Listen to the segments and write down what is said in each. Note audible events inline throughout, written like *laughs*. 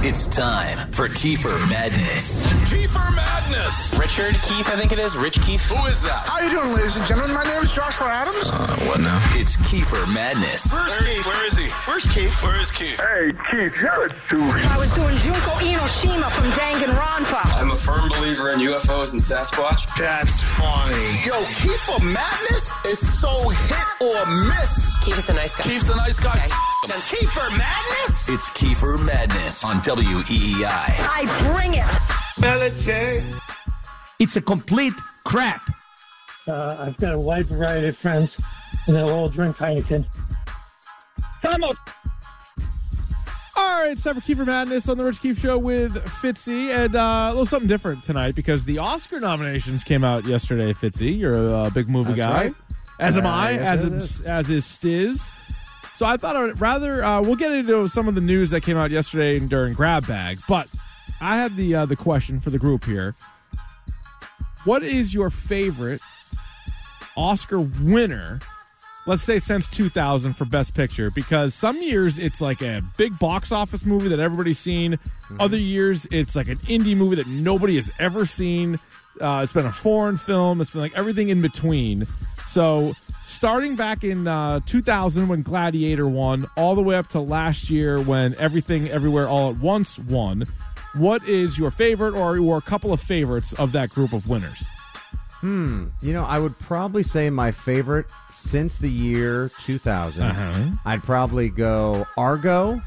It's time for Kiefer Madness. Uh, Kiefer Madness. Richard Keefe, I think it is. Rich Keefe. Who is that? How you doing, ladies and gentlemen? My name is Joshua Adams. What now? It's Kiefer Madness Where's Where, where is he? Where's Keith? Where is Keith? Hey, Keith, you're a douche. I was doing Junko Inoshima from Danganronpa. I'm a firm believer in UFOs and Sasquatch. That's funny. Yo, Kiefer Madness is so hit or miss. Keith is a nice guy. Keith's a nice guy. Kiefer Madness? It's Kiefer Madness on E WEEI. I bring it. It's a complete crap. Uh, I've got a wide variety of friends, and they'll all drink Heineken. All right, it's time for Keeper Madness on the Rich Keefe Show with Fitzy, and uh, a little something different tonight because the Oscar nominations came out yesterday. Fitzy, you're a uh, big movie guy, right. as am Uh, I, yes, as it am, is. as is Stiz. So I thought I'd rather uh, we'll get into some of the news that came out yesterday and during Grab Bag, but I had the uh, the question for the group here: What is your favorite Oscar winner? let's say since 2000 for best picture because some years it's like a big box office movie that everybody's seen other years it's like an indie movie that nobody has ever seen uh, it's been a foreign film it's been like everything in between so starting back in uh, 2000 when gladiator won all the way up to last year when everything everywhere all at once won what is your favorite or, or a couple of favorites of that group of winners You know, I would probably say my favorite since the year 2000. Uh-huh. I'd probably go Argo.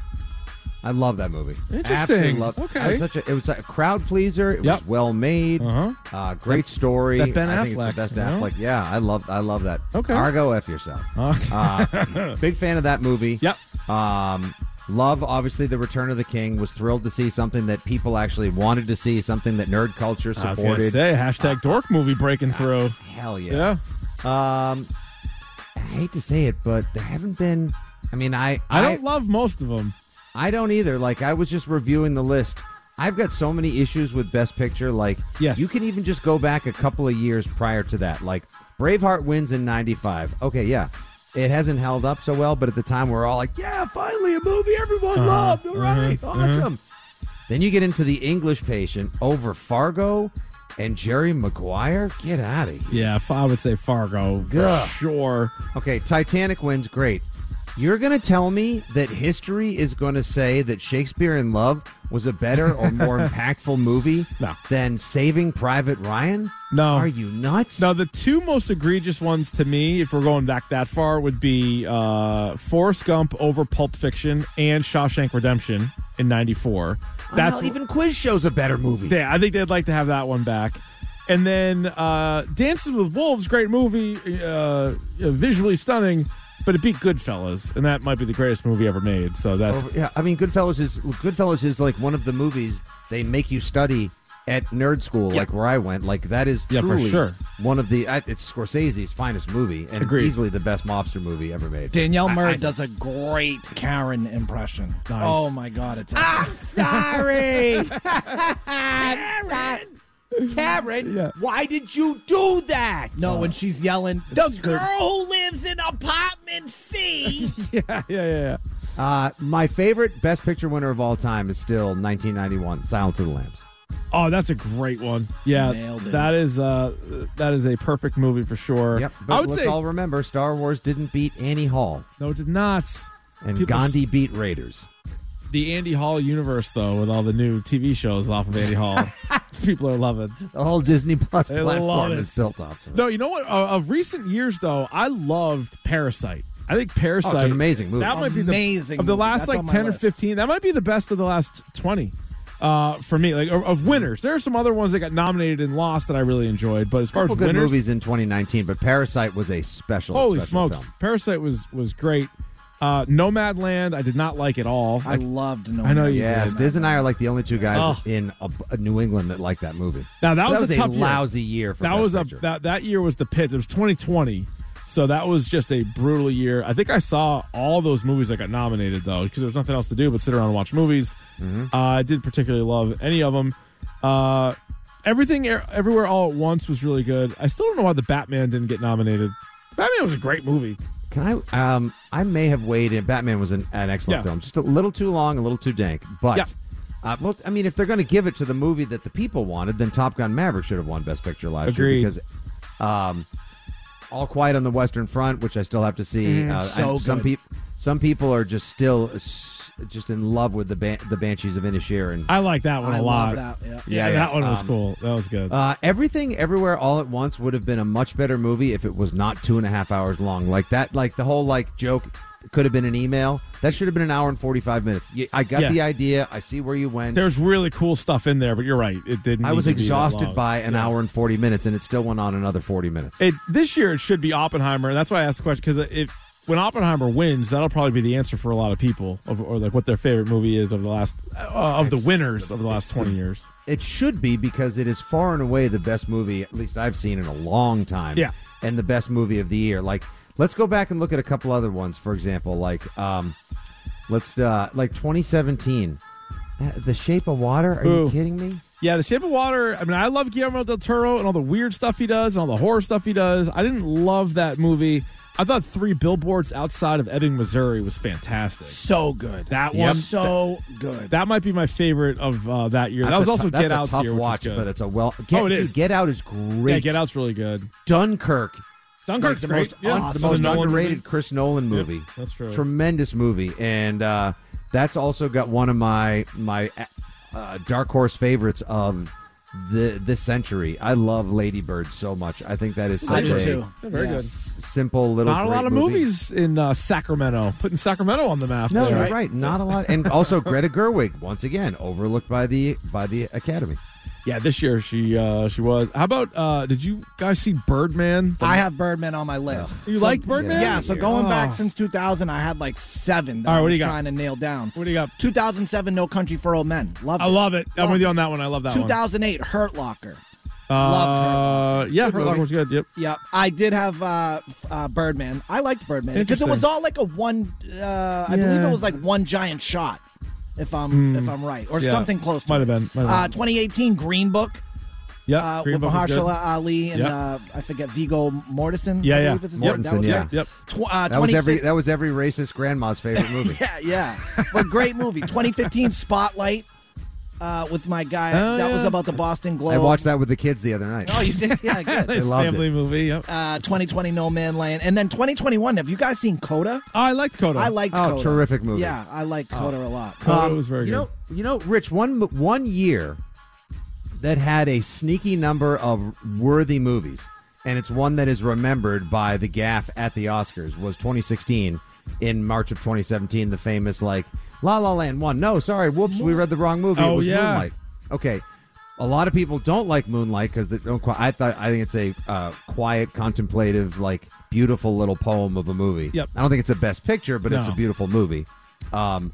I love that movie. Absolutely Interesting. love. Okay. I was such a, it was like a crowd pleaser. It Yep. was well made. Uh-huh. Uh, great story. *laughs* that Ben I think it's Affleck, the best you know? Affleck. Yeah, I love. I love that. Okay. Argo, f yourself. Uh, big fan of that movie. *laughs* Yep. Um, love, obviously, the Return of the King. Was thrilled to see something that people actually wanted to see. Something that nerd culture I was gonna supported. Ah, say hashtag dork movie breaking through Hell yeah. yeah. Um, I hate to say it, but there haven't been. I mean, I I don't love most of them. I don't either. Like I was just reviewing the list. I've got so many issues with Best Picture. Like Yes. you can even just go back a couple of years prior to that. Like Braveheart wins in '95. Okay, yeah. It hasn't held up so well, but at the time we're all like, "Yeah, finally a movie everyone loved! All right, awesome!" Then you get into the English Patient over Fargo and Jerry Maguire. Get out of here! Yeah, f- I would say Fargo for Ugh. sure. Okay, Titanic wins. Great. You're going to tell me that history is going to say that Shakespeare in Love was a better *laughs* or more impactful movie No. than Saving Private Ryan? No. Are you nuts? Now, the two most egregious ones to me, if we're going back that far, would be uh, Forrest Gump over Pulp Fiction and Shawshank Redemption in '94. That's even Quiz Show's a better movie. Yeah, I think they'd like to have that one back. And then uh, Dances with Wolves, great movie, uh, visually stunning, but it beat Goodfellas, and that might be the greatest movie ever made. So that's Over- yeah, I mean, Goodfellas is Goodfellas is like one of the movies they make you study at nerd school, like where I went. Like that is Yeah, for truly sure. one of the. I- It's Scorsese's finest movie and Agreed. easily the best mobster movie ever made. Danielle Murray does a great Karen impression. Oh my god, it's sorry. Karen. Karen, Yeah. why did you do that? no, when she's yelling, the girl who lives in apartment C. *laughs* yeah, yeah, yeah. yeah. Uh, my favorite Best Picture winner of all time is still 1991, Silence of the Lambs. Oh, that's a great one. Yeah, Nailed it. that is uh, that is a perfect movie for sure. Yep. But I would let's say all remember, Star Wars didn't beat Annie Hall, no, it did not. and People- Gandhi beat Raiders. the Andy Hall universe though, with all the new TV shows off of Andy *laughs* Hall, people are loving. The whole Disney Plus They love platform it. is built off. Of it. No, you know what? Uh, of recent years though, I loved Parasite. I think Parasite. Oh, it's an amazing movie. That might be the Amazing of the movie. last That's like on my ten or list. fifteen. That might be the best of the last twenty. Uh, for me, like of, of winners, there are some other ones that got nominated and lost that I really enjoyed. But as far Couple as good winners, movies in 2019, but Parasite was a special. Holy special smokes! film. Parasite was was great. Uh, Nomad Land, I did not like at all. I loved no. I know you Yes, did. Diz and I are like the only two guys Oh. in uh, New England that like that movie. Now, that was a tough year. lousy year. for that Best was a Picture. that that year was the pits. It was 2020, so that was just a brutal year. I think I saw all those movies that got nominated though, because there was nothing else to do but sit around and watch movies. Mm-hmm. Uh, I did particularly love any of them. Uh, everything, Er- everywhere, all at once was really good. I still don't know why the Batman didn't get nominated. The Batman was a great movie. Can I? Um, I may have weighed in. Batman was an, an excellent Yeah. film, just a little too long, a little too dank. But Yeah. Uh, well, I mean, if they're going to give it to the movie that the people wanted, then Top Gun Maverick should have won Best Picture last Agreed. year because um, All Quiet on the Western Front, which I still have to see. Mm-hmm. uh, so and some good. people, some people are just still s- just in love with the ban- the Banshees of Inisherin. I like that one I a love lot. that. Yeah. Yeah, Yeah, that yeah. one was Um, cool. That was good. Uh, Everything Everywhere All at Once would have been a much better movie if it was not two and a half hours long. Like that, like the whole like joke could have been an email. That should have been an hour and forty five minutes. Y- I got Yeah. the idea. I see where you went. There's really cool stuff in there, but you're right. It didn't. I need was to be that exhausted long. by an hour and forty minutes, and it still went on another forty minutes. it. This year, it should be Oppenheimer, and that's why I asked the question because if when Oppenheimer wins, that'll probably be the answer for a lot of people, of, or like what their favorite movie is of the last uh, of the winners of the last twenty years. It should be because it is far and away the best movie, at least I've seen in a long time. Yeah. And the best movie of the year. Like, let's go back and look at a couple other ones. For example, like, um, let's, uh, like 2017. Uh, The Shape of Water? Are Ooh. you kidding me? Yeah, The Shape of Water. I mean, I love Guillermo del Toro and all the weird stuff he does and all the horror stuff he does. I didn't love that movie. I thought Three Billboards Outside of Ebbing, Missouri was fantastic. So good. That was one- so good. That might be my favorite of uh, that year. that was That's a also tou- that's Get a Out's tough year, which was watch, good. but it's a well. Get, Oh, it dude, is. Get Out is great. yeah, Get Out's really good. Dunkirk. Dunkirk's Like the great. most, Yeah. un- Awesome. the most Nolan movie. underrated Chris Nolan movie. that's true. Tremendous movie, and uh, that's also got one of my my uh, dark horse favorites of the this century. I love Lady Bird so much. I think that is I such do a too. Very s- simple little. Not a great lot of movie. movies in uh, Sacramento. Putting Sacramento on the map. No, there. you're right. right. Not a lot, *laughs* and also Greta Gerwig once again overlooked by the by the Academy. Yeah, this year she uh, she was. How about uh, did you guys see Birdman? I have Birdman on my list. You So- liked Birdman? Yeah, so going Oh. back since 2000, I had like seven that All right, I what do was you got? trying to nail down. What do you got? 2007, No Country for Old Men. Loved I love it. I'm Loved with you it. on that one. I love that one. 2008, Hurt Locker. Uh, Loved Hurt Locker. Yeah, Good Hurt Locker movie. was good. Yep. Yep, I did have uh, f- uh, Birdman. I liked Birdman because it Interesting. was all like a one. Uh, I believe Yeah. Hmm. it was like one giant shot, if I'm if I'm right, or Yeah. something close. to Might have it. been. Might have Uh, been. 2018 Green Book Yep. uh, Green with Book was good. Mahershala Ali and Yep. uh, I forget Vigo Mortensen. Yeah, I yeah. believe is his name. That Mortensen, was yeah. it. Yep. Tw- uh, That was 2015 every that was every racist grandma's favorite movie. *laughs* Yeah, yeah. But great movie. 2015 Spotlight uh, with my guy. Oh, that was yeah. about the Boston Globe. I watched that with the kids the other night. Oh, you did? *laughs* Yeah, good. Nice loved family movie. Yep. Uh, 2020 No Man Land. And then 2021, have you guys seen Coda? Oh, I liked Coda. I um, liked Oh, Coda. terrific movie. Yeah, I liked Coda a lot. Coda was very Um, you good. know, you know, Rich. One one year that had a sneaky number of worthy movies, and it's one that is remembered by the gaff at the Oscars was 2016. In March of 2017, the famous like La La Land one. No, sorry, whoops, we read the wrong movie. Oh, it was yeah. Moonlight. Okay. A lot of people don't like Moonlight because they don't. Quite, I thought I think it's a uh, quiet, contemplative, like beautiful little poem of a movie. Yep. I don't think it's a best picture, but it's a No. beautiful movie. Um,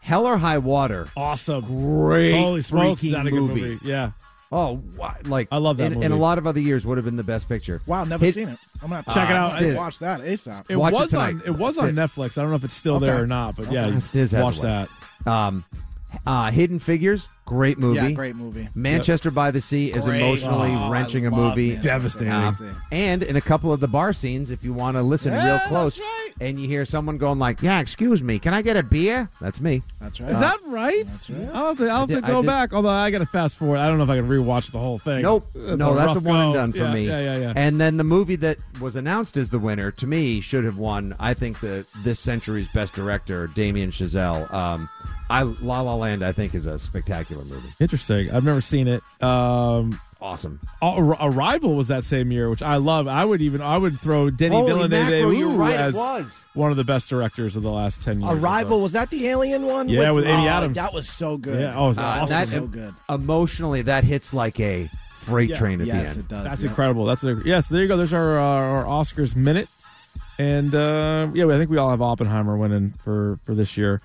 Hell or High Water. awesome. Great Holy smokes, is freaking that a good movie. movie? Yeah. Oh, wow. like I love that in, movie. in a lot of other years would have been the best picture. Wow, never Hit- seen it. I'm going to Check it out. I Stiz. watch that ASAP. It Watch it was on. tonight. It was on It- Netflix. I don't know if it's still there or not, but yeah, Okay. you Stiz has watch one. that. Um, uh, Hidden Figures, great movie. Yeah, great movie. Manchester by the Sea is Great. emotionally Oh, I wrenching a love movie. Manchester by the Uh, Sea. and in a couple of the bar scenes, if you want to listen Yeah, real that's close, right. and you hear someone going like, "Yeah, excuse me, can I get a beer?" That's me. That's right. Is that right? I'll have to, I'll have to I did- I go did- back. Although I got to fast forward. I don't know if I can rewatch the whole thing. Nope. no, a that's rough a one and go. done for Yeah, me. Yeah, yeah, yeah. And then the movie that was announced as the winner to me should have won. I think the this century's best director, Damien Chazelle. Um, I La La Land, I think, is a spectacular movie. Interesting. I've never seen it. Um, Awesome. Ar- Arrival was that same year, which I love. I would even I would throw Denny Holy Villeneuve mackerel, you're ooh, right, it as was. one of the best directors of the last ten years. or so. Arrival, was that the alien one? Yeah, with Amy oh, Adams. That was so good. Uh, Yeah, oh, it was That awesome. That- so good. Emotionally, that hits like a freight Yeah. train at Yes, the it end. does. That's yeah. incredible. That's a, yeah. So there you go. There's our uh, our Oscars minute, and uh, yeah, I think we all have Oppenheimer winning for for this year.